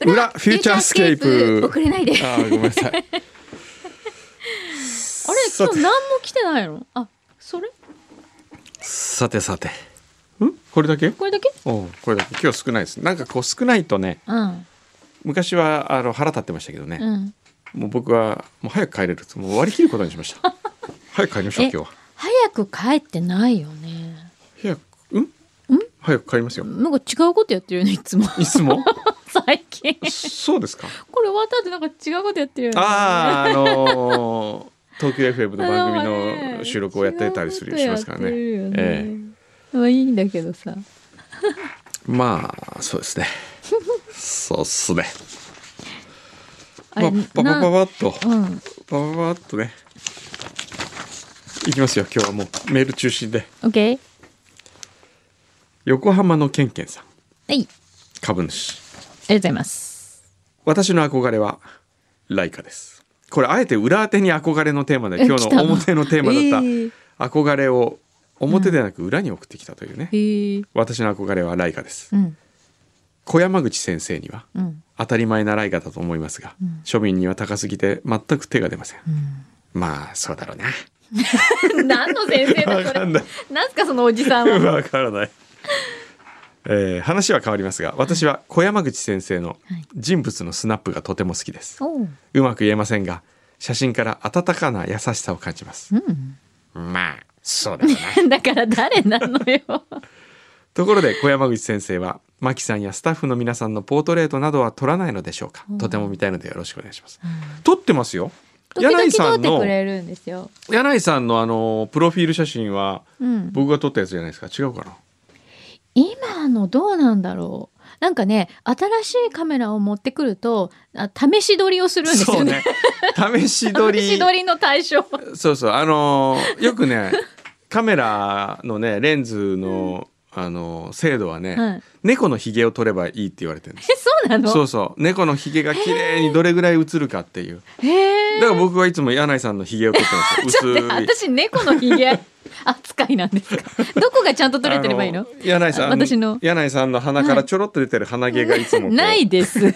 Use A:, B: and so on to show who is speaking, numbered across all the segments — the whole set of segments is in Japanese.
A: ラフューチャースケープ
B: 遅れないで
A: あ
B: あ
A: ーごめんなさいあれ
B: れ
A: さ
B: 今
A: て
B: 日何も来てないのあそれ
A: さてさてんこれだけ
B: これだけ
A: おうこれだけ今日少ないですなんかこう少ないとね
B: うん
A: 昔はあの腹立ってましたけどね、
B: うん
A: もう僕はもう早く帰れるともう割り切ることにしました 早く帰りましょう
B: え
A: 今日は
B: 早く帰ってないよね
A: 早くうん早く帰りますよ
B: なんか違うことやってるよねいつも
A: いつも
B: 最近
A: そうですか
B: これ終わった後なんか違うことやってるよね
A: あああのー東京 FM の番
B: あなんか
A: 組
B: ね
A: の収録をやってたりするしますからね
B: 違うことやってるよ
A: え
B: ねまあいいんだけどさ
A: まあそうですねそうっすね
B: あ
A: まあ
B: れ、
A: パパパ
B: な
A: パッとパ
B: うん
A: パパッとねいきますよ今日はもうメール中心で
B: オッケー
A: 横浜のケンケンさん
B: はいありが
A: 株主
B: とうございます
A: 私の憧れはライカですこれあえて裏当てに憧れのテーマで
B: え
A: 今日
B: 来た
A: の
B: の
A: 表のテーマ
B: え
A: だ
B: ー
A: った憧れを表ではなく裏に送ってきたというね、
B: へー
A: 私の憧れはライカです
B: うん
A: 小山口先生には
B: うん
A: 当たり前なライカだと思いますが、
B: うん
A: 庶民には高すぎて全く手が出ません、
B: う
A: まあそうだろうな
B: ん 何の先生だ
A: わ
B: そ
A: か
B: れ
A: ん ない
B: なんすかそのおじさんは
A: わからない、えー話は変わりますが私は小山口先生の
B: はい
A: 人物のスナップがとても好きです、
B: おう
A: うまく言えませんが写真から温かな優しさを感じます
B: う
A: まあそうだろうなん
B: だから誰なのよ
A: ところで小山口先生は牧さんやスタッフの皆さんのポートレートなどは撮らないのでしょうか、
B: うん
A: とても見たいのでよろしくお願いします、撮ってますよ
B: 時々
A: 柳井
B: 撮
A: さ
B: っ
A: ん
B: て
A: の
B: くれるんですよ
A: 柳井さんのあのプロフィール写真は
B: うん
A: 僕が撮ったやつじゃないですか違うかな
B: 今のどうなんだろうなんかね新しいカメラを持ってくるとあ試し撮りをするんですよね
A: そうね試 し撮り
B: 試し撮りの対象
A: そうそうあのーよくね カメラのねレンズの、あのー精度はね、
B: はい
A: 猫のひげを撮ればいいって言われてるんです
B: えそうなの
A: そうそう猫のひげが綺麗にどれぐらい映るかっていう
B: へ
A: だ
B: え
A: から僕はいつも柳井さんのひげを撮ってま す
B: ちょっと
A: よ
B: 待っ
A: 薄
B: て私
A: い
B: 猫のひ げ扱いなんですかどこがちゃんと撮れてればいいの
A: あ柳井さん
B: 私の
A: 柳井さんの鼻からちょろっと出てる鼻毛がいつもこう
B: ないです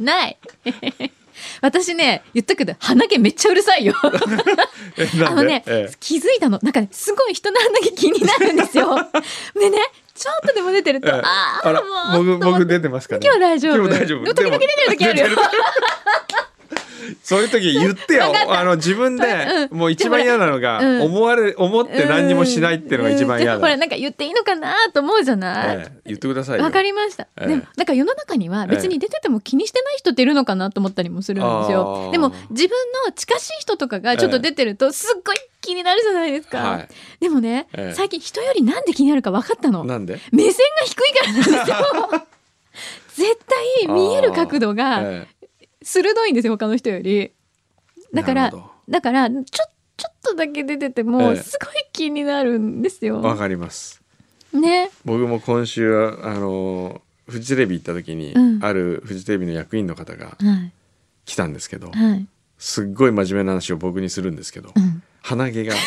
B: ない 私ね言ったけど鼻毛めっちゃうるさいよ
A: えな
B: あ
A: ん
B: の
A: で
B: ね、
A: ええ
B: 気づいたのなんかねすごい人の鼻毛気になるんです よでねちょっとでも出てると、
A: ええ
B: あ
A: あら
B: あもう
A: 僕
B: と思って
A: 僕出てますかね
B: 今日大丈夫
A: 今日大丈夫
B: でも時々出てる時あるよ
A: でも出てそういう時言ってよ
B: わかった
A: あの自分で
B: うん
A: もう一番嫌なのが
B: うん
A: 思われ思って何にもしないっていうのが一番嫌
B: うんほら
A: だ
B: なんか言っていいのかなと思うじゃないわ
A: え、え言ってくださいよ
B: かりました、
A: ええ
B: でもなんか世の中には別に出てても気にしてない人っているのかなと思ったりもするんです
A: あ
B: よ
A: ー
B: でも自分の近しい人とかがちょっと出てるとすっごい気になるじゃないですか、
A: は
B: でもね、
A: ええ
B: 最近人よりなんで気になるか分かったの
A: いなんで
B: 目線が低いからなんですよ絶対見える角度が
A: ええ
B: 鋭いんですよ他の人よりだか
A: な
B: ら
A: るほ
B: だからちょちょっとだけ出てて
A: え
B: も
A: え
B: すごい気になるんです
A: どわ
B: よ、
A: かります
B: ね
A: 僕も今週はあのフジテレビ行った時に、
B: うん
A: あるフジテレビの役員の方が
B: はい
A: 来たんですけど、
B: はい、
A: すっごい真面目な話を僕にするんですけど、
B: うん、
A: 鼻毛がし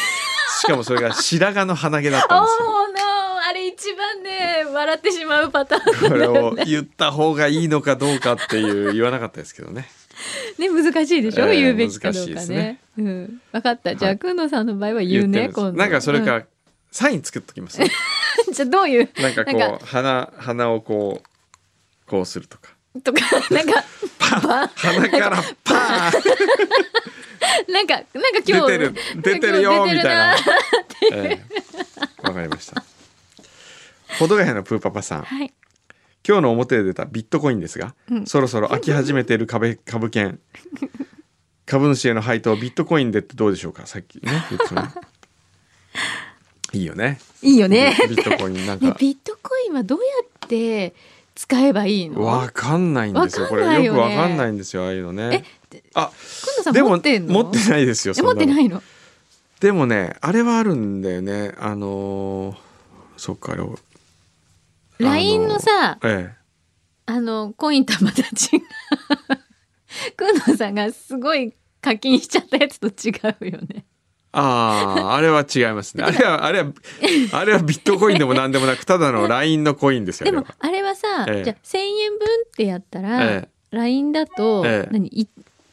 A: かもそれが白髪の鼻毛だっ
B: お
A: たんで
B: ーのあれ一番ね笑ってしまうパタ
A: す よ。
B: ーンな
A: こ
B: ん
A: れ
B: だよ
A: を
B: ね
A: 言った方がいいのかどうかっていう言わなかったですけどね。
B: ね難しいでしょ、
A: ええ
B: 言うべきかどう
A: 難
B: か
A: しい
B: ね
A: で
B: うん、分かったじゃあ、
A: はい
B: くんのさんの場合は言う
A: 言
B: ね
A: ってる
B: 今
A: ん
B: 度
A: ですなんかそれか、
B: うん
A: サイン作っと きます、ね。
B: じゃあどういう
A: なんかこう
B: なん
A: 鼻鼻をこうこうするとか。
B: とかなんか
A: 鼻からパーン
B: なんか、なんか今日
A: 出てる出てるよみたいな。ええわ、かりました。ほどがやのプーパパさん。
B: はい。
A: 今日の表で出たビットコインですが、
B: うん
A: そ ろそろ飽き始めている株株券株主への配当ビットコインでってどうでしょうかさっきね言 ってたねいいよね
B: いいよね。
A: ビットコインなん
B: ね
A: か、
B: ビットコインはどうやって使えばいいの？
A: わかんないんですよ
B: わ
A: こ
B: かん
A: れ
B: ないよね
A: よくわかんないんですよああいうのねあ
B: くんのさん
A: でも
B: 持ってんの？
A: 持ってないですよ
B: え
A: そん
B: 持
A: な
B: っ
A: の
B: てないの？
A: でもねあれはあるんだよねあのーそっかあれをあの
B: LINE のさ、
A: え
B: あのコイン玉たちが くんのさんがすごい課金しちゃったやつと違うよね。
A: えあああれは違います ねあれはあれはあれはビットコインでも 何でもなくただの LINE のコインですよ
B: で
A: あれは
B: もあれはさ、
A: ええ
B: じゃあ1000円分ってやったら、
A: ええ
B: LINE だと、
A: ええ
B: 何い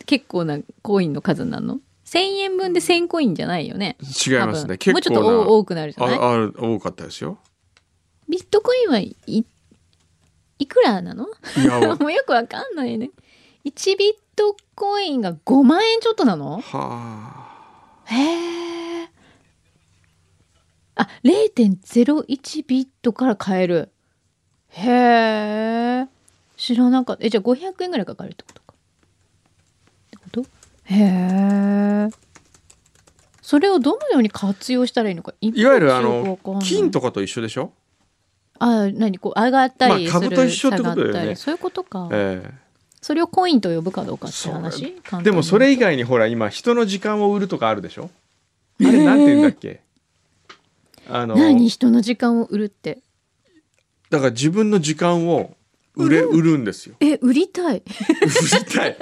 B: 結構なコインの数なの ?1000 円分で1000コインじゃないよね。
A: 違いますね。
B: 多分
A: 結構
B: もうちょっと
A: な
B: 多くなるじゃない
A: あある多かったですよ。
B: ビットコインはいいいくらなの
A: いやは
B: もうよくわかんないね。1ビットコインが5万円ちょっとなの
A: あ。
B: へえ。あ、0.01ビットから買える。へえ。知らなかった。え、じゃあ500円ぐらいかかるってことか。ってことへえ。それをどのように活用したらいいのか。い
A: いわゆるあの金。とかと一緒でしょ。
B: あ、何こう上がったりす
A: ま
B: る、
A: あ株と一緒ってことだよ
B: 下
A: ね
B: がったりそういうことか。
A: え
B: それをコインと呼ぶかどうかって
A: そう
B: 話。
A: え
B: 簡単に
A: でもそれ以外にほら今人の時間を売るとかあるでしょ。あれなんて言うんだっけ。あの
B: 何人の時間を売るって。
A: だから自分の時間を売れ売るんですよ。
B: え、売りたい。
A: 売りたい。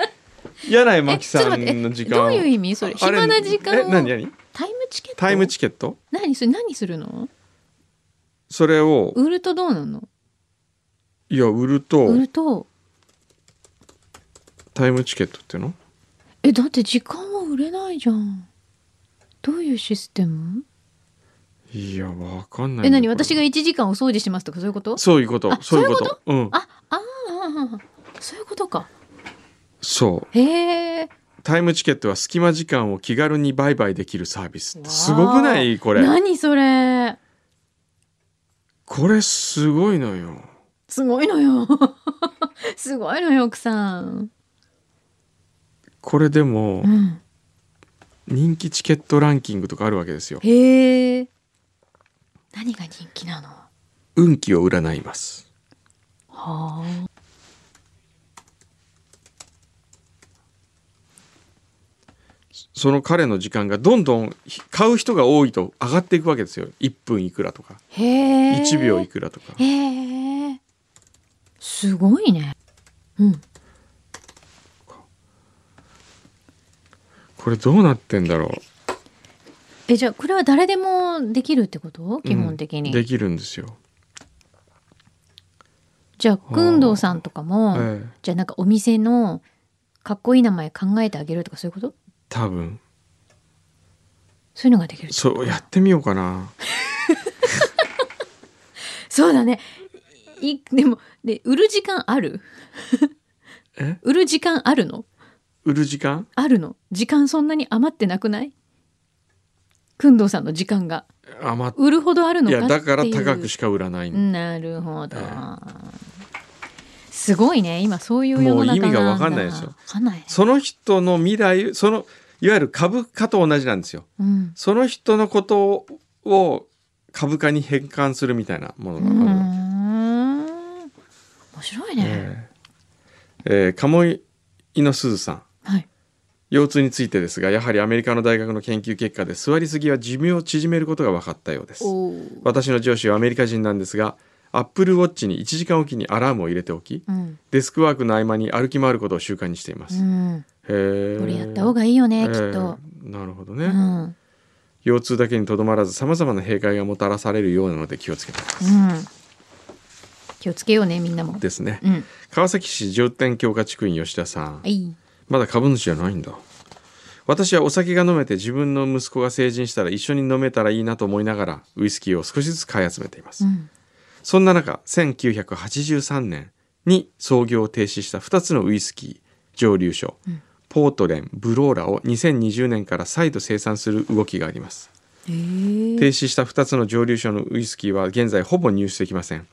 A: 柳井真紀
B: えちょっと
A: さ
B: 待ってえ
A: んの時間
B: ど
A: を
B: ういう意味それ
A: ああ
B: 暇な時間
A: え何
B: を
A: 何
B: タイムチケット
A: タイムチケット
B: 何それ何するの
A: それを
B: 売るとどうなの
A: いや売ると
B: 売ると
A: タイムチケットっていうの
B: えだって時間は売れないじゃんどういうシステム
A: いやわかんない
B: え
A: んだ
B: 何
A: よこれ
B: 私が1時間お掃除しますとかそういうこと
A: そういうこと
B: あ
A: そういうことうん
B: ああーそういうことか
A: そう
B: へえ
A: タイムチケットは隙間時間を気軽に売買できるサービスっ
B: わ
A: て
B: あ
A: すごくないこれ
B: 何それ
A: これすごいのよ
B: すごいのよ すごいのよ奥さん、
A: これでも
B: うん、
A: 人気チケットランキングとかあるわけですよ
B: へえ何が人気なのは
A: 運気を占います
B: あ
A: その彼の時間がどんどんひ買う人が多いと上がっていくわけですよ1分いくらとか
B: へえ
A: 1秒いくらとか
B: へえすごいねうん
A: これどうなってんだろう
B: えじゃあこれは誰でもできるってこと基本的に、
A: うんできるんですよ、
B: じゃあ工藤さんとかも、
A: ええ
B: じゃあなんかお店のかっこいい名前考えてあげるとかそういうこと
A: 多分
B: そういうのができるってこと
A: そうやってみようかな
B: そうだねいでもで売る時間ある
A: え
B: 売る時間あるの
A: 売る時間
B: あるの時間そんなに余ってなくない工藤さんの時間が
A: 余っ
B: 売るほどあるの
A: い
B: か
A: やだから
B: っていう
A: 高くしか売らないんだ
B: なるほど
A: ええ。
B: すごいね。今そういう世の中なんだ。
A: もう意味がわかんないですよ
B: わかんない。
A: その人の未来そのいわゆる株価と同じなんですよ
B: うん。
A: その人のことを株価に変換するみたいなもの
B: う
A: がある、
B: ーん。面白いね。
A: えーえー鴨井のすずさん
B: はい。
A: 腰痛についてですがやはりアメリカの大学の研究結果で座りすぎは寿命を縮めることが分かったようです
B: おー
A: 私の上司はアメリカ人なんですがアップルウォッチに1時間おきにアラームを入れておき
B: うん。
A: デスクワークの合間に歩き回ることを習慣にしていま
B: う
A: す、
B: ん。
A: へえ
B: これやった方がいいよね、きっと。
A: えーなるほど
B: う
A: ね、
B: ん。うん。
A: 腰痛だけにとどまらずさまざまな弊害がもたらされるようなので気をつけたい
B: 気をつけようね、みんなも。
A: ですね、
B: うん。
A: 川崎市上天強化地区員吉田さん、
B: はい。
A: まだ株主じゃないんだ私はお酒が飲めて自分の息子が成人したら一緒に飲めたらいいなと思いながらウイスキーを少しずつ買い集めています、
B: うん。
A: そんな中、1983年に操業を停止した2つのウイスキー蒸留所、ポートレン、ブローラを2020年から再度生産する動きがあります。
B: えー
A: 停止した2つの蒸留所のウイスキーは現在ほぼ入手できません。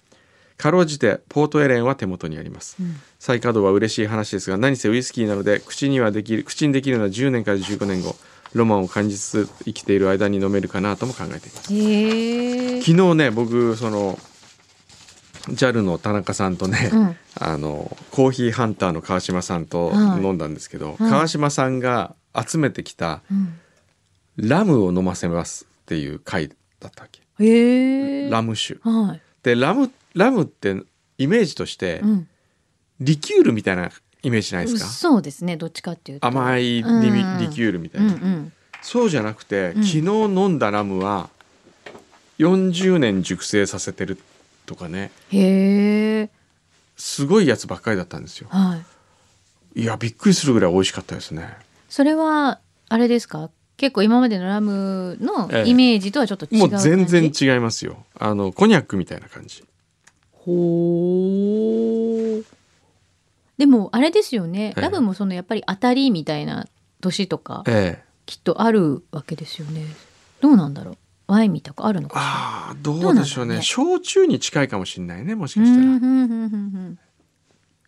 A: かろうじてポートエレンは手元にあります。再稼働は嬉しい話ですが、何せウイスキーなので口にはできる口にできるのは10年から15年後、ロマンを感じつつ生きている間に飲めるかなとも考えています。
B: えー。
A: 昨日ね僕その JAL の田中さんとね、
B: うん
A: あのコーヒーハンターの川島さんと
B: はい
A: 飲んだんですけ
B: は
A: ど、
B: い
A: 川島さんが集めてきた
B: うん
A: ラムを飲ませますっていう回だったっけ、
B: えー。
A: ラム酒
B: はい。
A: でラムラムってイメージとして、
B: うん。
A: リキュールみたいなイメージないですか、
B: そうですね。どっちかっていうと。
A: 甘いリ,、
B: うん
A: リキュールみた
B: う
A: い
B: ん
A: な、
B: うん。
A: そうじゃなくて、
B: うん
A: 昨日飲んだラムは40年熟成させてるとかね
B: へえ。
A: すごいやつばっかりだったんですよ
B: はい。
A: いやびっくりするぐらい美味しかったですね
B: それはあれですか結構今までのラムの
A: ええ
B: イメージとはちょっと違う
A: も
B: 感
A: う
B: じ、
A: 全然違いますよあのコニャックみたいな感じ
B: ほうでもあれですよね、
A: ええ
B: ラムもそのやっぱり当たりみたいな年とか
A: ええ
B: きっとあるわけですよねどうなんだろうワインみたくあるのかしら
A: ああどうでしょ
B: どうなんだろ
A: うね
B: うね
A: 焼酎に近いかもしれないねもし
B: うん
A: かし
B: う
A: たら
B: んうんうんうん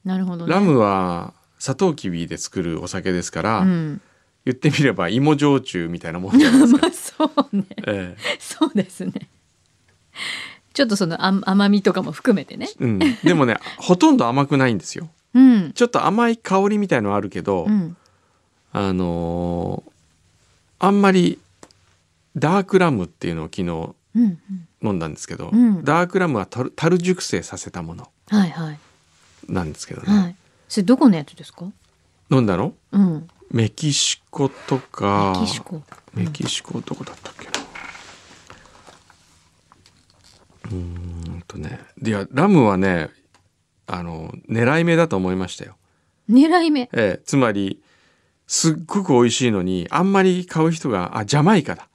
B: なるほどね
A: ラムはサトウキビで作るお酒ですから、
B: うん、
A: 言ってみれば芋焼酎みたいなもんじゃないです
B: ま
A: か、
B: あそうね
A: え
B: そうですねちょっとその甘甘みとかも含めてね
A: えうん、でもねほとんど甘くないんですよ
B: うん、
A: ちょっと甘い香りみたいのはあるけど、
B: うん、
A: あのーあんまりダークラムっていうのを昨日
B: うんうん
A: 飲んだんですけど、
B: うん
A: ダークラムは樽樽熟成させたもの
B: はいはい
A: なんですけどね、
B: はいそれどこのやつですか
A: 飲んだの
B: うん
A: メキシコとか
B: メキシコ
A: メキシコどこだったっけなうーんとねいやラムはねあの狙い目だと思いましたよ、
B: 狙い目
A: ええ、つまりすっごく美味しいのにあんまり買う人があジャマイカだ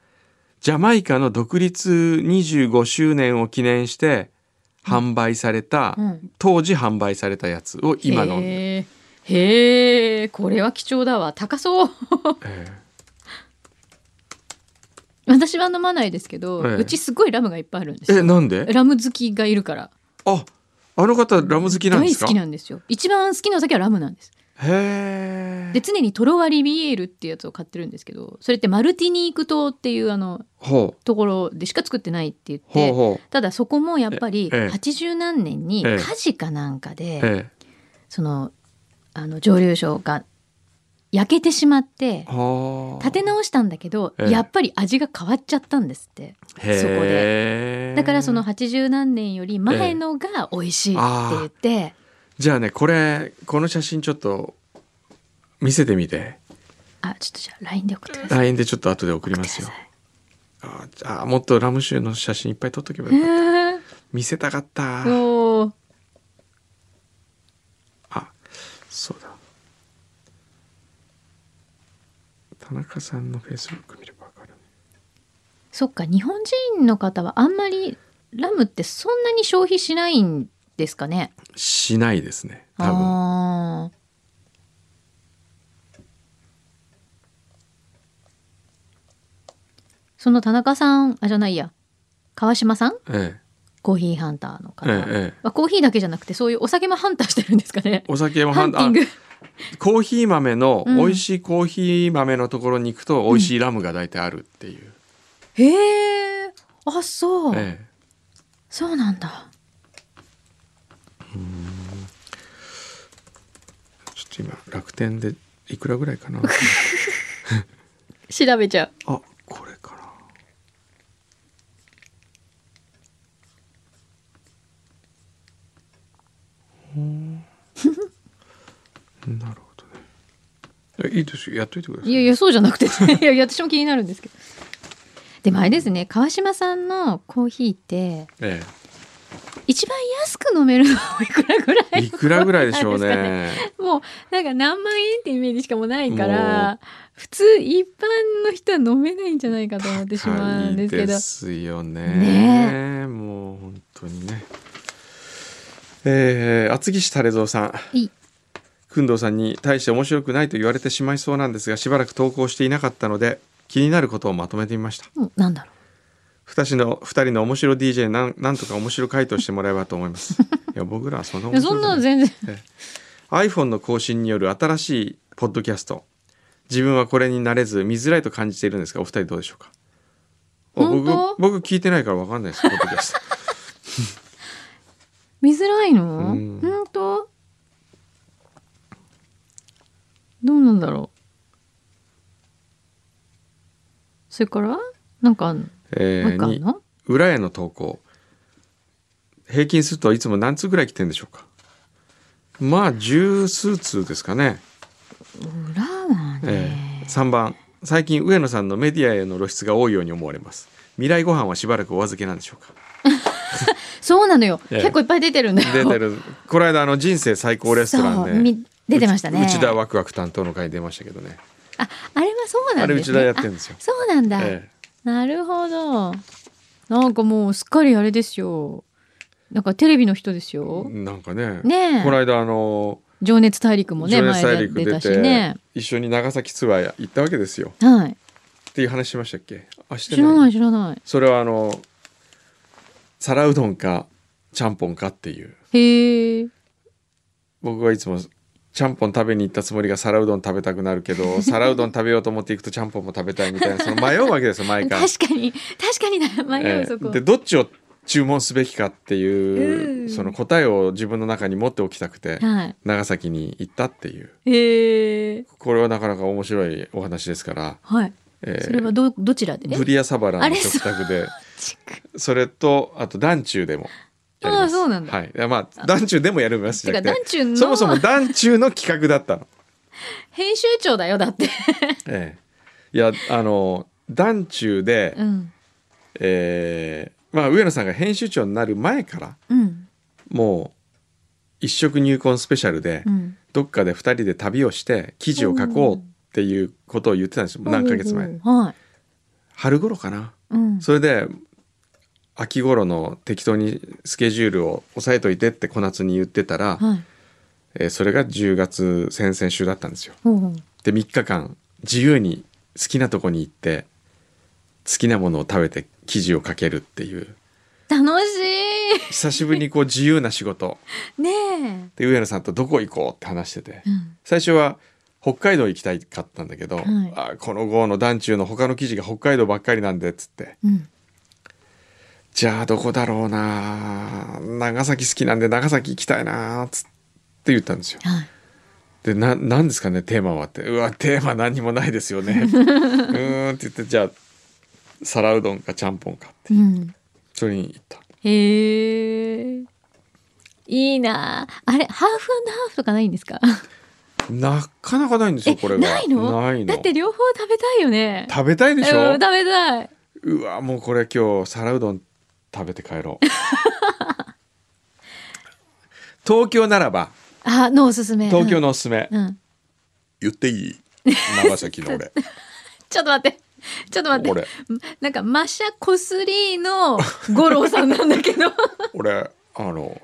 A: ジャマイカの独立25周年を記念して販売された、
B: うん
A: 当時販売されたやつを今飲んで、
B: へえへえこれは貴重だわ高そう
A: ええ
B: 私は飲まないですけど、
A: ええ
B: うちすごいラムがいっぱいあるんです
A: え
B: よ
A: なんで
B: ラム好きがいるから
A: ああの方ラム好きなんですか
B: 大好きなんですよ一番好きなお酒はラムなんです
A: へ
B: で
A: え
B: 常にトロワリビエールっていうやつを買ってるんですけどそれってマルティニーク島っていうあの
A: ほう
B: ところでしか作ってないって言って
A: ほうほう
B: ただそこもやっぱり
A: ええ
B: 80何年に
A: ええ
B: 火事かなんかで、
A: え
B: そのあの蒸留所が焼けてしまって
A: えはあ
B: 立て直したんだけど、
A: ええ
B: やっぱり味が変わっちゃったんですってそこ
A: へー
B: だからその80何年より前のが美味しいって言って、
A: じゃあねこれこの写真ちょっと見せてみて
B: あちょっとじゃあ LINE で送ってください。
A: LINE でちょっと後で送りますよああもっとラム酒の写真いっぱい撮っとけばよかった
B: え
A: 見せたかった
B: ー、おー
A: あそうだ田中さんのフェイスブック見ればわかる
B: そっか日本人の方はあんまりラムってそんなに消費しないんですかね
A: しないですね多分
B: あーその田中さんあじゃないや川島さん
A: え
B: コーヒーハンターの
A: え
B: 方、
A: ええええ
B: はコーヒーだけじゃなくてそういうお酒もハンターしてるんですかね
A: お酒も
B: ハ
A: は
B: ン
A: ん
B: ティング
A: コーヒー豆の、
B: うん
A: 美味しいコーヒー豆のところに行くと美味しいラムが大体あるっていう、
B: へえあそう、
A: ええ
B: そうなんだ
A: ちょっと今楽天でいくらぐらいかな
B: 調べちゃう
A: あこれかなほうなるほどねえいいですよやっといてください
B: いやいやそうじゃなくて、ね、 いやいや私も気になるんですけどでもあれですね川島さんのコーヒーって
A: え
B: 一番安く飲めるのはいくらぐら
A: え、
B: い
A: いくらぐらいで しょう
B: なん
A: ね
B: すかねもうなんか何万円ってイメージしかもうないか
A: も
B: ら普通一般の人は飲めないんじゃないかと思ってしまうんですけど
A: 高いですよね
B: ね
A: もう本当にねえー、厚木市垂蔵さん
B: いい
A: 工藤さんに対して面白くないと言われてしまいそうなんですがしばらく投稿していなかったので気になることをまとめてみました
B: もうなんだろ
A: 二人の二人の面白 DJ なんなんとか面白回答してもらえばと思います いや僕らはそんな
B: ういや
A: 面白
B: そ
A: く
B: ん
A: ない
B: なの全然
A: iPhone の更新による新しいポッドキャスト自分はこれに慣れず見づらいと感じているんですがお二人どうでしょうかあ
B: 本当
A: 僕僕聞いてないから分かんないですポッドキャ スト
B: 見づらいの
A: うん
B: 本当どうなんだろうそれからなんかあんの
A: え
B: もう一
A: ー
B: 個あん
A: に
B: の
A: 裏への投稿平均するといつも何通ぐらい来てるんでしょうかまあ十数通ですかね、
B: 裏は
A: え
B: ね、
A: ー、3番最近上野さんのメディアへの露出が多いように思われます未来ご飯はしばらくお預けなんでし ょうか
B: そうなのよ、
A: ええ
B: 結構いっぱい出てるんだよ
A: 出てるこの間あの人生最高レストラン
B: そう
A: で
B: み出てましたね
A: うち内田ワクワク担当の会に出ましたけどね。
B: ああれはそうな
A: あ
B: ん
A: れ
B: ですね
A: 内田やってるんですよ
B: あ。そうなんだ、
A: え
B: なるほどなんかもうすっかりあれですよなんかテレビの人ですよ
A: え、なんかね。
B: ねえ
A: この間あの
B: 情熱大陸もね
A: 情熱
B: 前
A: 大
B: で
A: 陸
B: 出
A: 出
B: たしてね
A: 一緒に長崎ツアー行ったわけですよ。
B: はい
A: っていう話しましたっけ？あして。
B: 知らないい知らない
A: それはあの皿うどんかちゃんぽんかっていう。
B: へえ
A: 僕はいつもちゃんぽん食べに行ったつもりが皿うどん食べたくなる けど皿うどん食べようと思って行くとちゃんぽんも食べたいみたいなその迷うわけですよ毎
B: 確
A: 回。
B: かに確かにな迷
A: え
B: うそこ、
A: えでどっちを注文すべきかっていううんその答えを自分の中に持っておきたくて
B: はい
A: 長崎に行ったっていう
B: へえ
A: これはなかなか面白いお話ですから、
B: はい
A: え
B: それはどどちらで
A: ブリアサバラ
B: あ
A: の
B: れ
A: 食卓で
B: ちく
A: それとあと団中でもやります
B: ああそうなんだ
A: はい、いやまあ団中でもやりますじ
B: て
A: ゃな
B: か
A: くて
B: 団中の
A: そもそも団中の企画だったの。
B: 編集長だよだって、
A: ええ、いやあの団中で、
B: うん
A: えーまあ、上野さんが編集長になる前から
B: うん
A: もう一食入魂スペシャルで、
B: うん
A: どっかで2人で旅をして記事を書こうっていうことを言ってたんですよ何ヶ月前、
B: はい
A: 春頃かな、
B: うん
A: それで秋頃の適当にスケジュールを押さえといてって小夏に言ってたら、
B: はい
A: えーそれが10月先々週だったんですよ
B: ほうほう
A: で3日間自由に好きなとこに行って好きなものを食べて記事を書けるっていう
B: 楽し
A: 久しぶりにこう自由な仕事
B: いね
A: で上野さんとどこ行こうって話してて
B: え、うん、
A: 最初は北海道行きたいかったんだけど、
B: い
A: あこの号の団中の他の記事が北海道ばっかりなんでっつって
B: うん、
A: じゃあどこだろうな長崎好きなんで長崎行きたいなっつって言ったんですよ。
B: はい
A: でな何ですかねテーマはって「うわテーマ何もないです よね」うーんって言ってじゃあ皿うどんかちゃんぽんかって
B: うん
A: それに行った
B: へえいいなああれハーフハーフとかないんですか
A: なかなかないんです
B: え
A: よこれが
B: ないの
A: ないの
B: だって両方食べたいよね
A: 食べたいでし
B: うん
A: ょ
B: 食べたいう
A: わもうこれ今日皿うどん食べて帰 ろう東京ならば
B: あのおすすめ
A: 東京のおすすめ、
B: うん、うん
A: 言っていい長崎の俺
B: ちょっと待ってちょっと待って
A: 俺
B: なんかマシャコスリーの五郎さんなんだけ ど
A: 俺あの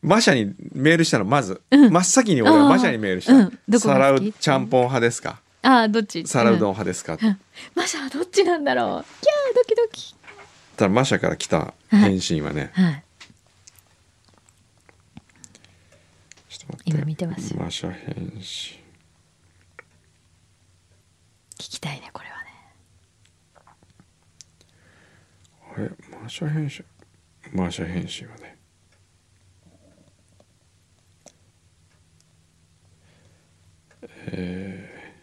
A: マシャにメールしたのまず、真っ先に俺はマシャにメールした、
B: あーうんどこが
A: 皿
B: 好き
A: うちゃんぽん派ですか
B: あどっち
A: 皿うどん
B: ん、
A: 派ですか、
B: う
A: っ
B: んマシャはどっちなんだろうキャードキドキ
A: たらマシャから来た返信はね、
B: はい
A: ちょっと待って
B: 今見てますよ
A: マシャ返信
B: 聞きたいねこれはね
A: あれマシャ返信マシャ返信はねえ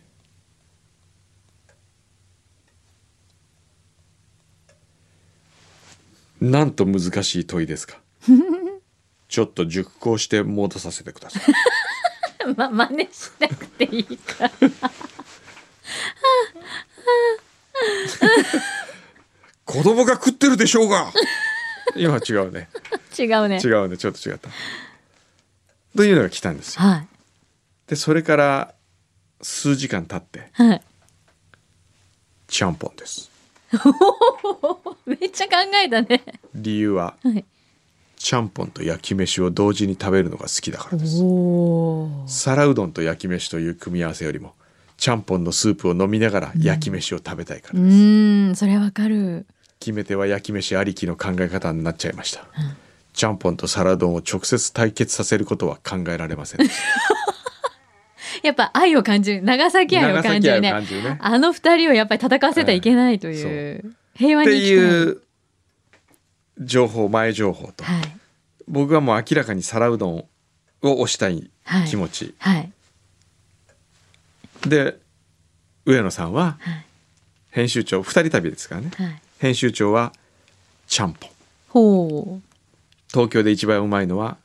A: ーなんと難しい問いですかちょっと熟考して戻させてください
B: ま、真似しなくていいから。
A: 子供が食ってるでしょうが今は違うね
B: 違うね。
A: 違うねちょっと違ったというのが来たんですよ
B: はい。
A: でそれから数時間経って
B: はい。
A: ちゃんぽんです
B: めっちゃ考えたね。
A: 理由は
B: はい。
A: ちゃんぽんと焼き飯を同時に食べるのが好きだからです
B: おお。
A: 皿うどんと焼き飯という組み合わせよりもちゃんぽんのスープを飲みながら焼き飯を食べたいか
B: う
A: らです、
B: ーん、それわかる。
A: 決め手は焼き飯ありきの考え方になっちゃいました、ちゃんぽんと皿うどんを直接対決させることは考えられませんでした
B: やっぱ愛を感じる。長崎愛を感じるね。
A: 長崎愛を感じるね
B: あの二人をやっぱり戦わせてはいけないという。平和
A: っ
B: に
A: て
B: 生きたい。
A: いう情報前情報と
B: はい。
A: 僕はもう明らかに皿うどんを推したい気持ち、
B: はい。
A: で上野さんは
B: はい。
A: 編集長2人旅ですからね
B: はい。
A: 編集長はちゃんぽん
B: ほう。
A: 東京で一番うまいのは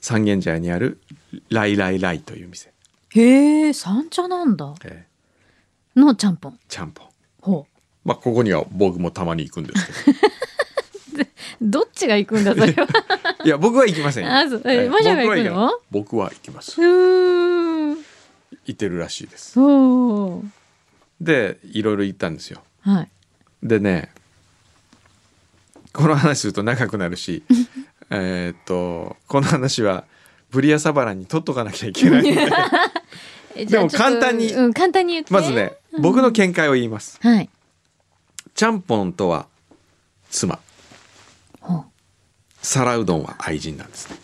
A: 三軒茶屋にあるライライライという店、
B: へえ、三茶なんだ。
A: えー
B: のちゃんぽん。
A: ちゃんぽん
B: ほ
A: まあここには僕もたまに行くんですけ
B: う。どっちが行くんだそれ は。
A: いや僕は行きませんよ
B: あそうえ
A: はい
B: マジャが行く
A: 僕は
B: の？
A: 僕は行きます
B: うーん。
A: 行ってるらしいです
B: そう。
A: でいろいろ行ったんですよ
B: はい。
A: でねこの話すると長くな るしえーっとこの話はブリアサバラに取っとかなきゃいけない んで
B: えじゃあ
A: でも
B: ちょっと
A: 簡単に
B: うん簡単に言って。
A: まずね僕の見解を言います
B: はい。
A: ちゃんぽんとは妻
B: ほう
A: 皿うどんは愛人なんですね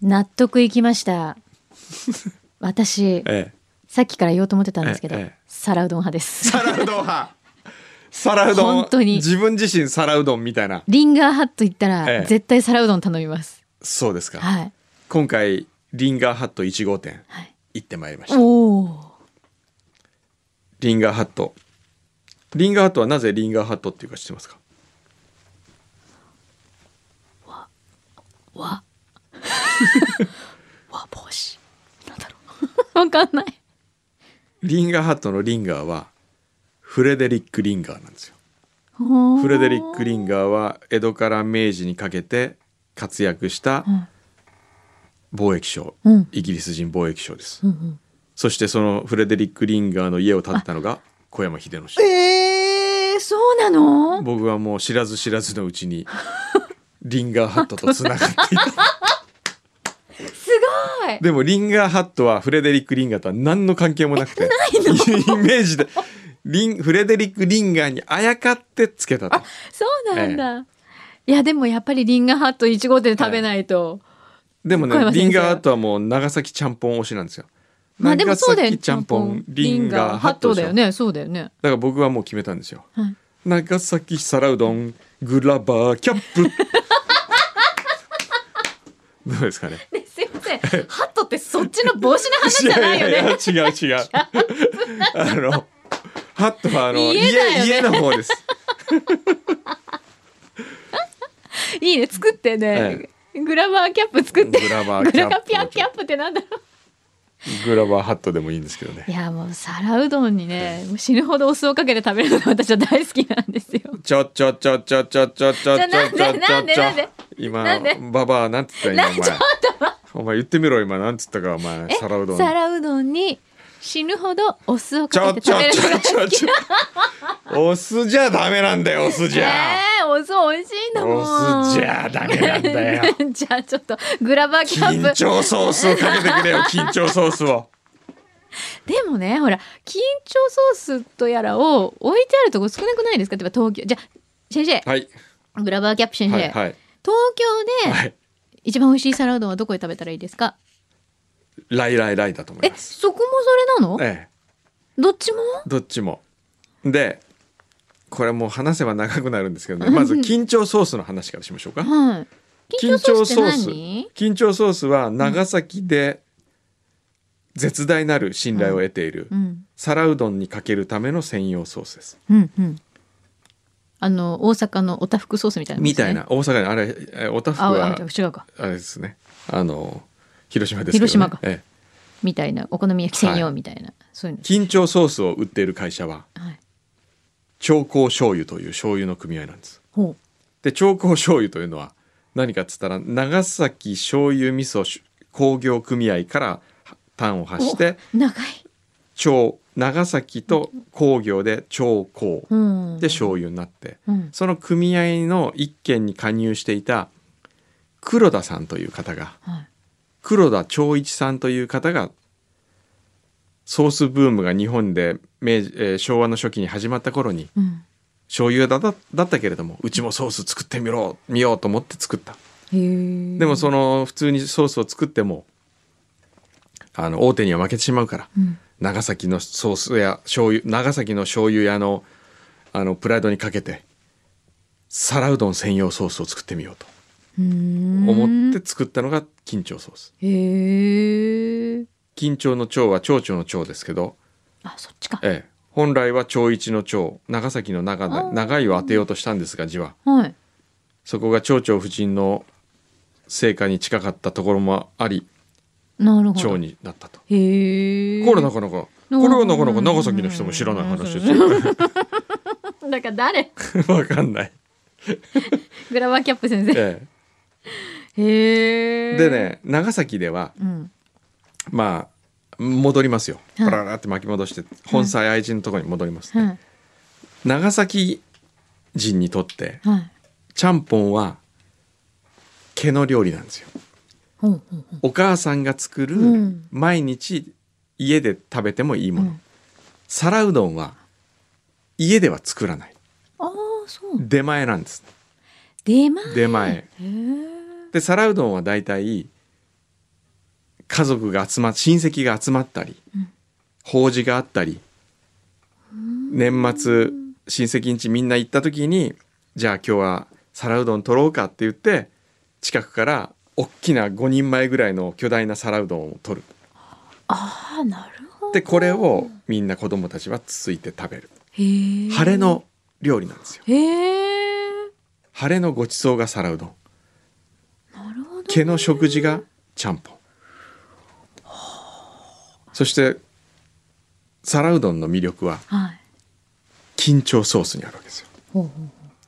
B: 納得いきま した。私
A: ええ
B: さっきから言おうと思ってたんですけど
A: ええええ、
B: 皿うどん派です。
A: 皿うどん派 皿うどん
B: 本当に
A: 自分自身皿うどんみたいな
B: リンガーハット行った
A: え
B: ら
A: え
B: 絶対皿うどん頼みます。
A: そうですか、
B: はい
A: 今回リンガーハット1号店
B: はい。
A: 行ってまいりました
B: おお。
A: リンガーハットリンガーハットはなぜリンガーハットっていうか知ってますか
B: わ。わ帽子。なんだろう。 わかんない。
A: リンガーハットのリンガーはフレデリック・リンガーなんですよフ
B: フ
A: レデリック・リンガーは江戸から明治にかけて活躍した
B: うん
A: 貿易商、
B: うん
A: イギリス人貿易商です、
B: うんうん
A: そしてそのフレデリック・リンガーの家を建てたのが小山秀之氏
B: えー、そうなの
A: 僕はもう知らず知らずのう ちにリンガーハットとつながっていた
B: すごい
A: でもリンガーハットはフレデリック・リンガーとは何の関係もなくてイメージでリンフレデリック・リンガーにあやかってつけたと
B: そうなんだ、いやでもやっぱりリンガーハット1号店で食べないと、
A: でも
B: 小
A: ね
B: 山先
A: リ
B: 生
A: ンガーハットはもう長崎ちゃんぽん推しなんですよ
B: まあでもそうだよね
A: 長崎ちゃんぽんリンガーハットで
B: リンガーハットだよね
A: しょ
B: そうだよ ね
A: だから僕はもう決めたんですよ
B: はい
A: 長崎皿うどんグラバーキャップ どうですかね
B: ねすいませんハットってそっちの帽子の話じゃないよ
A: やいや
B: ね
A: いや違う違 う。あのハットはあの
B: 家
A: 家
B: だよね
A: 家の方です。
B: いいね作ってね、グラバーキャップ作って
A: グラバーキャップ
B: グラバーキャップってなんだろ
A: グラバーハットでもいいんですけど
B: うい
A: ね。
B: やもう皿うどんにねもう死ぬほどお酢をかけて食べるのが私は大好きなんですよ
A: ちょちょちょちょちょちょちょちょ
B: じゃあ
A: ちょち
B: な
A: ょ
B: んで
A: ちょ
B: なんでなんで。な
A: 今
B: んで
A: ババアなんつった今お
B: なんでちょ
A: 前。お前言ってみろ今なんつったかお前
B: え
A: 皿うどん。
B: 皿うどんに死ぬほどお酢を
A: ち
B: か
A: ょ
B: けて
A: ちょ
B: 食べる
A: ち
B: のが
A: ょちょちょ。お酢じゃダメなんだよお酢じゃ。
B: えー、お酢美味しいんだもん。
A: お酢じゃダメなんだよ。
B: じゃあちょっとグラバーキャッ
A: 緊
B: プ。
A: 張ソースをかけてくれよ緊張ソースを。
B: でもね、ほら、緊張ソースとやらを置いてあるとこ少なくないですか例えば東京。じゃあ、先生、
A: はい
B: グラバーキャップ先生、
A: はいはい
B: 東京
A: は
B: で
A: い。
B: 一番美味しい皿うどんはどこで食べたらいいですか
A: ライライライだと思い
B: え
A: ま、す。
B: そこもそれなの
A: ええ。
B: どっちも
A: どっちも。で、これもう話せば長くなるんですけどね。まず緊張ソースの話からしましょうか。
B: はい。緊張ソースって何
A: 緊張ソースは長崎で絶大なる信頼を得ている
B: うん。
A: 皿うどんにかけるための専用ソースです。
B: うんうん。あの、大阪のおたふくソースみたいな、
A: みたいな。大阪にあれえおたふく
B: あ。あ、
A: は
B: 違うか。
A: あれですね。あの広島ですけど、ね、
B: 広島か
A: ええ
B: みたいな。お好み焼き専用
A: は
B: みたいな。そういう
A: 緊張ソースを売っている会社は
B: の。はい。
A: 長江醤油という醤油の組合なんです。
B: ほう。
A: で長江醤油というのは何かっつったら長崎醤油味噌し工業組合から端を発して
B: お長い、
A: 長長崎と工業で長江
B: うん、
A: で醤油になって
B: うん、
A: その組合の一軒に加入していた黒田さんという方が
B: はい、
A: 黒田長一さんという方がソースブームが日本で明治、えー昭和の初期に始まった頃に
B: うん、
A: 醤油だだだったけれどもうちもソース作ってみろ見ようと思って作った
B: へえ
A: でもその普通にソースを作ってもあの大手には負けてしまうから、
B: うん
A: 長崎のソースや醤油長崎の醤油屋のあのプライドにかけて皿うどん専用ソースを作ってみようと
B: うーん
A: 思って作ったのが緊張ソース
B: へえ
A: 緊張の長は長々の長ですけど、
B: あそっちか
A: ええ、本来は長一の長長崎の長
B: あー
A: だ長いを当てようとしたんですが字は
B: はい
A: そこが長々夫人の成果に近かったところもあり
B: なるほ
A: 長
B: ど
A: になったと。
B: へえ
A: これなかなか、これはなかなか長崎の人も知らない話ですよ。
B: だから誰
A: わかんない、
B: グラバーキャップ先生。
A: え
B: へ
A: え
B: え。
A: で。ね長崎では
B: うん。
A: まあ戻りますよ
B: はい
A: パララって巻き戻して本妻愛人のところに戻ります、
B: はい。
A: 長崎人にとって
B: はい。
A: ちゃんぽんは毛の料理なんですよ
B: ほうほうほう。
A: お母さんが作る
B: うん
A: 毎日家で食べてもいいもの、
B: うん
A: 皿うどんは家では作らない
B: ああ、そう。
A: 出前なんです
B: 出前。
A: 出前
B: へえ。
A: で皿うどんはだいたい家族が集まっ親戚が集まったり、
B: うん
A: 法事があったり年末親戚ん家みんな行った時にじゃあ今日は皿うどん取ろうかって言って近くから大きな5人前ぐらいの巨大な皿うどんを取る
B: ああ、なるほど。
A: でこれをみんな子供たちはつついて食べる
B: へえ。
A: 晴れ。の料理なんですよ
B: へえ。
A: 晴れのごちそうが皿うどん
B: なるほど。
A: 毛の食事がちゃんぽんそして皿うどんの魅力は
B: はい。
A: 緊張ソースにあるわけですよ
B: ほうほうほ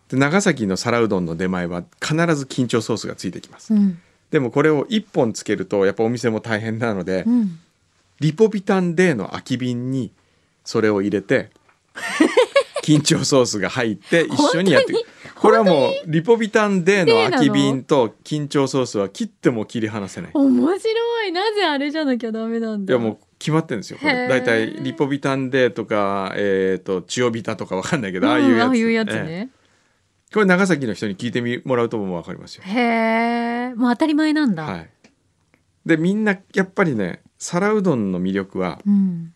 A: で長崎の皿うどんの出前は必ず緊張ソースがついてきます、
B: う。うん。
A: でもこれを1本つけるとやっぱお店も大変なので、
B: うん。
A: リポビタン D の空き瓶にそれを入れ て緊張ソースが入って一緒にやっていくこれはもうリポビタン D の空き瓶と緊張ソースは切っても切り離せない
B: 面白い。なぜあれじゃなきゃダメなん
A: い
B: だ。
A: やもう決まってるんですよこ
B: へ
A: れ
B: ー
A: 大体リポビタン D とかえっ、とチオビタとかわかんないけ
B: うん。
A: どああいうやつ,、
B: ああいうやつ
A: ええ
B: ね。
A: これ長崎の人に聞いてみもらうともわかりますよ
B: へえ。もう当たり前なんだ。
A: はいでみんなやっぱりね皿うどんの魅力は
B: うん。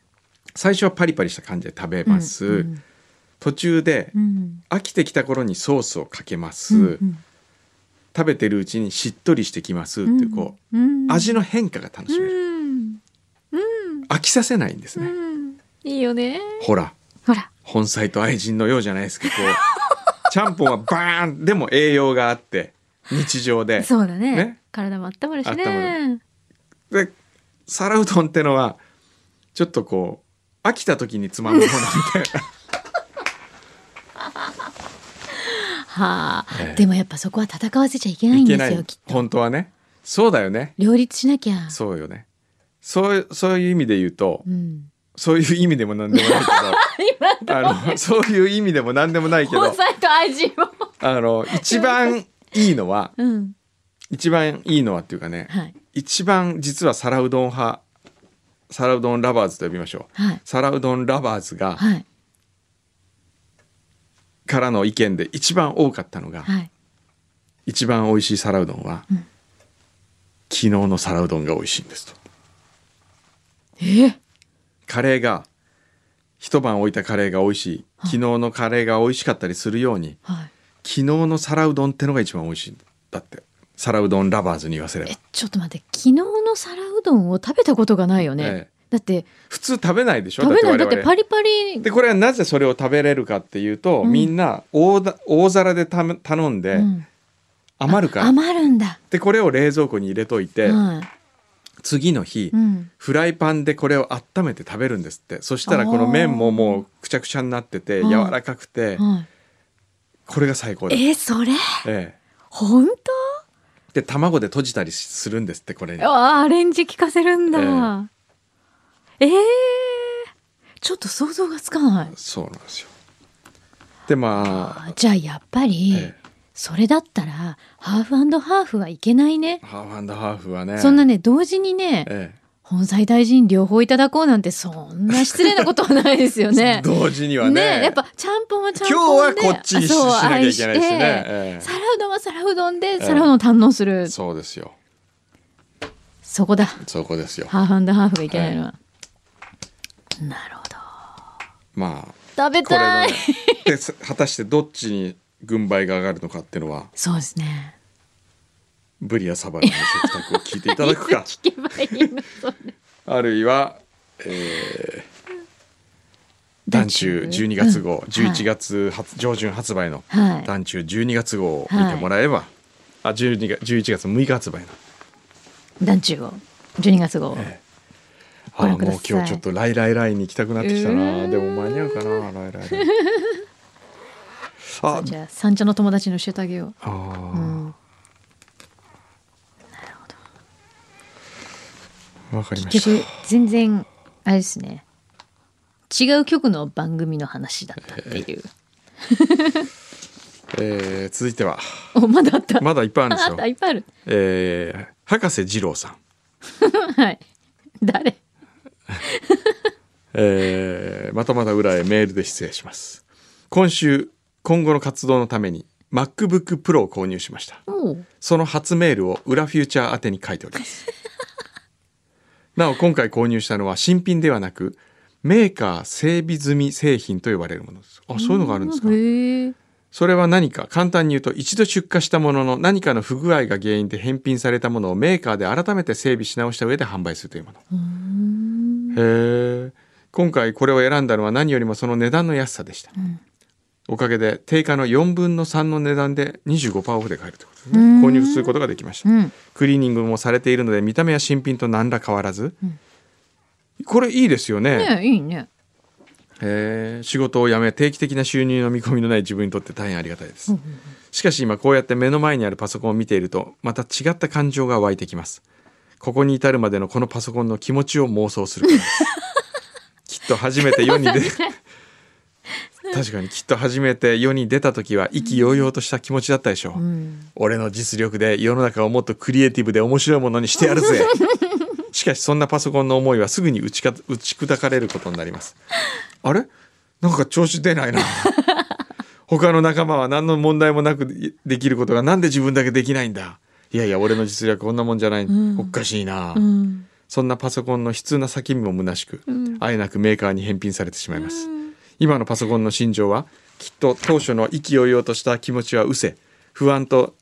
A: 最初はパリパリした感じで食べます、
B: うん
A: 途中で
B: うん。
A: 飽きてきた頃にソースをかけます、
B: うん
A: 食べてるうちにしっとりしてきますっていうこ
B: うんうん
A: う味の変化が楽しめる、
B: うんうん
A: 飽きさせないんです
B: う
A: ね、
B: んいいよね
A: ほら
B: ほら
A: 本妻と愛人のようじゃないですかこうちゃんぽんはバーンでも栄養があって日常で
B: そうだね
A: ね
B: 体も温まるし
A: 温ま
B: ね
A: で皿うどんってのはちょっとこう飽きた時につまむものみたい
B: はあ、
A: ええ
B: でもやっぱそこは戦わせちゃい けな
A: な
B: い
A: い
B: ん
A: け
B: で
A: な
B: す
A: い
B: よきっと
A: 本当はねそうだよね
B: 両立しなきゃ
A: そうよねそうそういう意味で言うと
B: うん
A: そういう意味でも何でもないけ どあのそういう意味でも何でもないけど
B: 本妻と愛人を
A: あの一番いいのは
B: うん
A: 一番いいのはっていうかね
B: はい
A: 一番実は皿うどん派皿うどんラバーズと呼びましょう
B: はい
A: 皿うどんラバーズが
B: はい
A: からの意見で一番多かったのが
B: はい
A: 一番美味しい皿うどんは、
B: うん
A: 昨日の皿うどんが美味しいんですと
B: ええ
A: カレーが一晩置いたカレーが美味しい昨日のカレーが美味しかったりするように
B: はい
A: 昨日の皿うどんってのが一番美味しいんだって皿うどんラバーズに言わせれば
B: えちょっと待って昨日の皿うどんを食べたことがないよね、
A: ええ
B: だって
A: 普通食べないでしょ
B: 食べないだ
A: だ
B: っ
A: って
B: て
A: 我々
B: パリパリ
A: でこれはなぜそれを食べれるかっていうと、
B: うん
A: みんな大だ大皿でた頼んで、
B: うん
A: 余るから
B: 余るんだ
A: でこれを冷蔵庫に入れといて、
B: は
A: 次の日、
B: いうん
A: フライパンでこれを温めて食べるんですってそしたらこの麺ももうくちゃくちゃになってて
B: あー
A: 柔らかくて
B: はい
A: これが最高だ、え
B: えそれ
A: え、
B: 本
A: で卵で閉じたりするんですってこれに
B: 当あアレンジ聞かせるんだええちょっと想像がつかない
A: そうなんですよでまあ
B: あじゃあやっぱり、
A: ええ
B: それだったらハーフハーフはいけないね、
A: ハーフハーフはね
B: そんなね同時にね、
A: え
B: 本妻大臣両方いただこうなんてそんな失礼なことはないですよ
A: え
B: ね
A: 同時にはね
B: ねやっぱちゃんぽんはちゃん
A: 今
B: ぽん
A: 日
B: で
A: はこっちにしし
B: そう
A: なきゃいけないですね、
B: 愛して
A: ええ
B: 皿うどんは皿うどんで
A: え
B: 皿うどんを堪能する、
A: そうですよ
B: そこだ
A: そこですよ
B: ハーフハーフがいけないのは、なるほど
A: まあ
B: 食べ
A: これ
B: たい、
A: ので果たしてどっちに軍配が上がるのかっていうのは
B: そうです ね
A: ブリアサバラの食卓を聞いていただくか
B: 聞けば いいのそれ
A: あるいは、えー、団中12月号、
B: うん
A: 11月発上旬発売の
B: はい
A: 団中12月号を見てもらえば、あ12月11月6日発売の、
B: 団中号12月号、
A: えー
B: ご
A: あ
B: 覧
A: あ
B: ください
A: もう今日ちょっと「ライライライ」に行きたくなってきたな、
B: うーん
A: でも間に合うかな「ライライライ」あ
B: じゃあ三茶の友達に教えてあげよ
A: あ
B: う、う
A: ー
B: ん、
A: わかりまし
B: 結
A: た
B: 局全然あれですね違う局の番組の話だったっていう、
A: えー続いては
B: おまだあった、
A: まだいっぱいあるんで す
B: あ
A: よ
B: ったいっぱいある
A: えー博士二郎さん
B: はい誰
A: えーまたまた裏へメールで失礼します今週今後の活動のために MacBookPro を購入しました
B: おう
A: その初メールを裏フューチャー宛てに書いておりますなお今回購入したのは新品ではなくメーカー整備済み製品と呼ばれるものですあそういうのがあるんですか
B: へえ
A: それは何か簡単に言うと一度出荷したものの何かの不具合が原因で返品されたものをメーカーで改めて整備し直した上で販売するというも
B: うん
A: のへえ今回これを選んだのは何よりもその値段の安さでした、
B: ん
A: おかげで定価の4分の3の値段で25%オフで買えるということですね
B: うん
A: 購入することができました、
B: うん
A: クリーニングもされているので見た目は新品と何ら変わらず、これいいですよね
B: ねえいいね
A: へえ仕事を辞め定期的な収入の見込みのない自分にとって大変ありがたいです、しかし今こうやって目の前にあるパソコンを見ているとまた違った感情が湧いてきますここに至るまでのこのパソコンの気持ちを妄想するからですきっと初めて世に出確かにきっと初めて世に出た時は意気揚々とした気持ちだったでしょう、
B: うん
A: 俺の実力で世の中をもっとクリエイティブで面白いものにしてやるぜしかしそんなパソコンの思いはすぐに打ちか打ち砕かれることになりますあれなんか調子出な いな他の仲間は何の問題もなくできることがなんで自分だけできないんだいやいや俺の実力こんなもんじゃない、
B: ん
A: おかしいな、
B: うん
A: そんなパソコンの悲痛な叫びも虚しく、
B: うん
A: あえなくメーカーに返品されてしまいます、
B: うん
A: 今のパソコンの心情はきっと当初の意気揚々とした気持ちは失せ不安と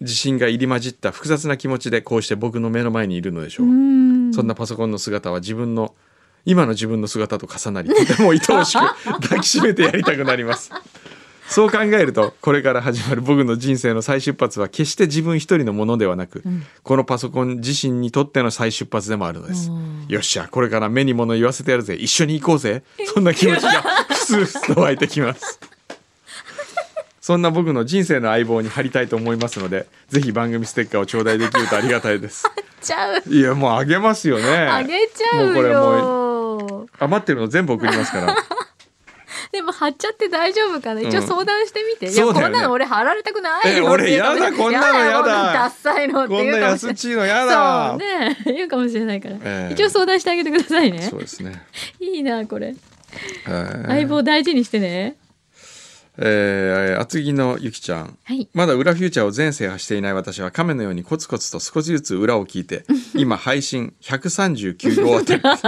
A: 自信が入り混じった複雑な気持ちでこうして僕の目の前にいるのでしょう、
B: うん
A: そんなパソコンの姿は自分の今の自分の姿と重なりとても愛おしく抱きしめてやりたくなりますそう考えるとこれから始まる僕の人生の再出発は決して自分一人のものではなく、このパソコン自身にとっての再出発でもあるのです
B: うん
A: よっしゃこれから目に物言わせてやるぜ一緒に行こうぜそんな気持ちがふすふすと湧いてき ますそんな僕の人生の相棒に貼りたいと思いますのでぜひ番組ステッカーを頂戴できるとありがたい です
B: ちゃう
A: いやもうあげますよね。
B: あげちゃ
A: も
B: う
A: うこれもう
B: よ
A: 余ってるの全部送ります から。
B: でも貼っちゃって大丈夫かな一応
A: うん
B: 相談してみて、いや
A: そ
B: こ
A: うだよね
B: んなの俺貼られたくないよ
A: え俺やだ
B: って言う
A: こん
B: かもしれ
A: なのやだ
B: こんなダッサいのって
A: こん
B: 言
A: な
B: うかもしれな
A: 安っ
B: い
A: ちいのや
B: そう
A: だ。
B: ね 言うかもしれないから、
A: ええ
B: 一応相談してあげてくださいね
A: そうですね。
B: いいなこれ
A: えー
B: 相棒大事にしてね
A: えー厚木のゆきちゃん。
B: はい
A: まだ裏フューチャーを全制覇していない私は亀のようにコツコツと少しずつ裏を聞い て今配信139号あたり です。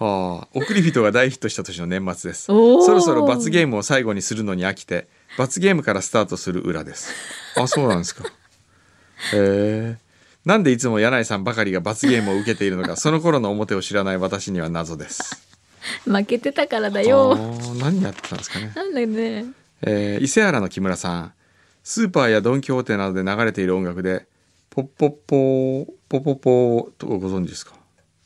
A: はあ、送り人が大ヒットした年の年末です。
B: おー
A: そろそろ罰ゲームを最後にするのに飽きて罰ゲームからスタートする裏です。あそうなんですか。へえなんでいつも柳井さんばかりが罰ゲームを受けているのかその頃の表を知らない私には謎です。
B: 負けてたからだ
A: あ
B: よ
A: ー何やってたんですかね。
B: なんだね
A: えー伊勢原の木村さんスーパーやドン・キホーテなどで流れている音楽で「ポッポッポーポポポー」とご存知ですか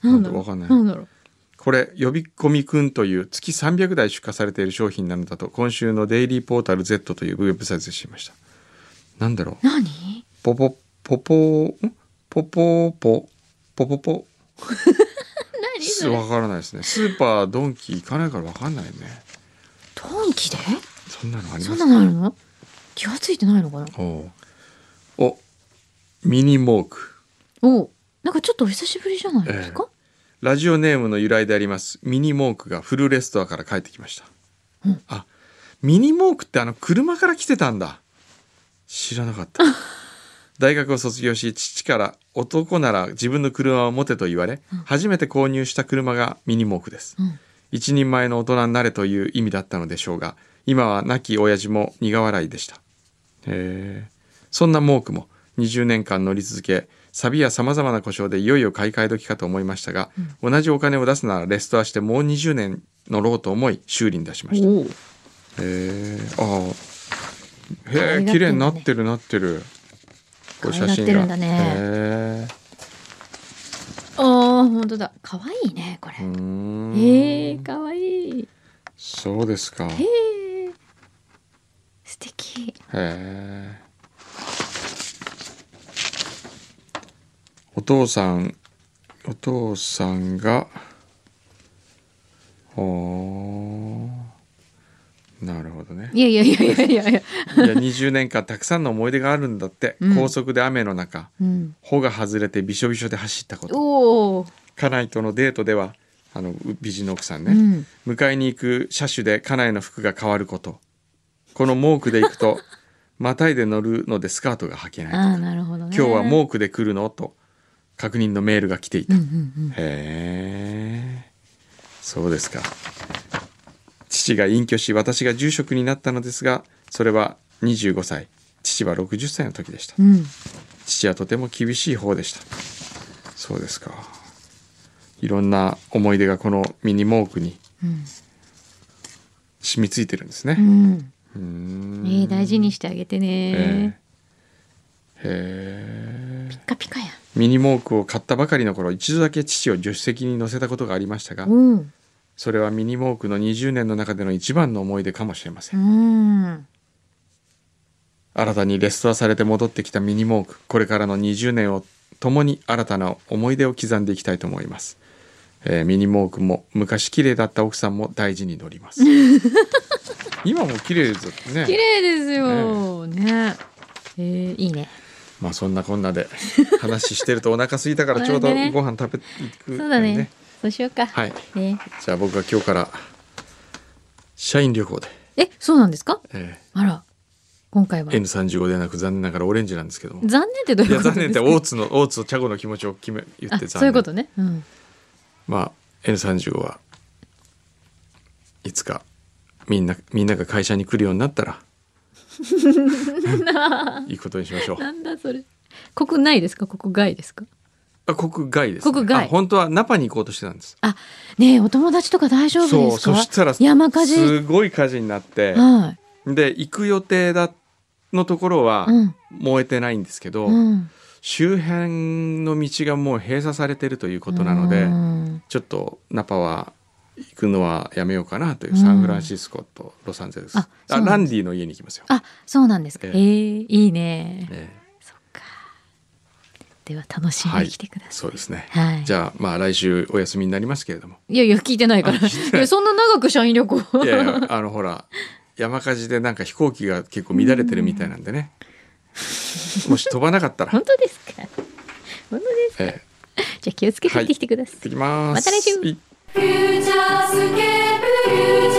B: なんだ
A: なん
B: ろ
A: か
B: う
A: わかんない
B: なんだろう
A: これ呼び込みくんという月300台出荷されている商品なのだと今週のデイリーポータル Z というウェブサイトで知りましたなんだろう
B: 何
A: ポポポポーんポポーポポポポ
B: 何
A: す
B: それ
A: わからないですねスーパードンキ行かないからわかんないね
B: ドンキで
A: そんなのあり
B: そ
A: ま
B: ん
A: す
B: なのあるの気がついてないのかな
A: おうおミニモーク
B: おうなんかちょっとお久しぶりじゃないですか、
A: ラジオネームの由来でありますミニモークがフルレストアから帰ってきました、
B: うん
A: あミニモークってあの車から来てたんだ知らなかった大学を卒業し父から男なら自分の車を持てと言われ、初めて購入した車がミニモークです、
B: うん
A: 一人前の大人になれという意味だったのでしょうが今は亡き親父も苦笑いでしたへえそんなモークも20年間乗り続けサビやさまざまな故障でいよいよ買い替え時かと思いましたが、同じお金を出すならレストアしてもう20年乗ろうと思い修理に出しましたへ
B: おう
A: えあ
B: 可
A: あへ
B: 愛がって
A: え
B: んだね
A: 綺麗になってるなってるこう
B: 可愛がってるんだね
A: へ
B: あー本当だ可愛いねこれ
A: えうーん
B: えー、かわいい。
A: そうですか
B: へえ。素敵。
A: へえお父さんお父さんがほうなるほどね
B: いやいやいやいやいやいや。
A: いや20年間たくさんの思い出があるんだって、
B: うん
A: 高速で雨の中
B: うん。
A: 帆が外れてびしょびしょで走ったこと
B: おお。
A: 家内とのデートではあのう美人の奥さん
B: う
A: ね、
B: ん。
A: 迎えに行く車種で家内の服が変わることこの毛布で行くと またいで乗るのでスカートが履けない
B: ああ、なるほどね。
A: 今日は毛布で来るのと確認のメールが来ていた、
B: うん
A: へ
B: うん
A: えそうですか父が隠居し私が住職になったのですがそれは25歳父は60歳の時でした
B: うん。うん。
A: 父はとても厳しい方でしたそうですかいろんな思い出がこのミニ毛布に
B: うん
A: 染みついてるんですね、
B: うん。
A: うーん
B: ええ、大事にしてあげてね。
A: ええへえ
B: ピカピカや。
A: ミニ毛布を買ったばかりの頃一度だけ父を助手席に乗せたことがありましたが
B: うん。
A: それはミニ毛布の20年の中での一番の思い出かもしれませ
B: うんん。
A: 新たにレストアされて戻ってきたミニ毛布これからの20年を共に新たな思い出を刻んでいきたいと思います、えーミニ毛布も昔綺麗だった奥さんも大事に乗 ります今も綺麗ですね
B: 綺麗ですよ。ね。ええ、いいね。
A: まあそんなこんなで話してるとお腹空いたからちょう ど
B: そうだね
A: ご飯食べていく、
B: そうだね。そうしようか。
A: はい
B: ね。
A: じゃあ僕は今日から社員旅行で、
B: え、そうなんですか。
A: え
B: あら。今回は
A: ー。N35 ではなく残念ながらオレンジなんですけども
B: 残念ってどう
A: い
B: いう
A: や
B: こと
A: 残
B: で
A: 念っ
B: す
A: て
B: か。
A: 大津の大津のチャゴの気持ちを決め言って残
B: あ、
A: 念
B: そういうことね。うん。
A: まあ N35 はいつかみんなみんなが会社に来るようになっ たらいいことにしましょう
B: なんだそれ。国内ですか国外ですか
A: あ国外です、ね、
B: 国外
A: あ本当はナパに行こうとしてたんです
B: あ、ねえお友達とか大丈夫ですか
A: そうそしたら
B: 山火事。
A: すごい火事になって
B: は。
A: で行く予定だのところはい
B: うん。
A: 燃えてないんですけど、
B: うん。
A: 周辺の道がもう閉鎖されてるということなので、
B: うん
A: ちょっとナパは行くのはやめようかなという、
B: うん
A: サンフランシスコとロサンゼルスあ
B: あそうなんです
A: ランディの家に行きますよ、
B: あ、そうなんですか。
A: え
B: え
A: え
B: えいいね。
A: え
B: そっか。では楽しんできてくだ
A: え
B: さ
A: そうですね、
B: い。はい。
A: じゃあまあ来週お休みになりますけれども
B: いやいや聞いてないから。
A: あ聞いてない
B: いやそんな長く社員旅行。
A: いやいやあのほら山火事でなんか飛行機が結構乱れてるみたいなんでね、もし飛ばなかったら
B: 本当ですか。本当です。
A: ええ
B: じゃあ気をつけて行ってきてください
A: 行ってきます
B: また来週
A: はい
C: 「フューチャースケープフューチャー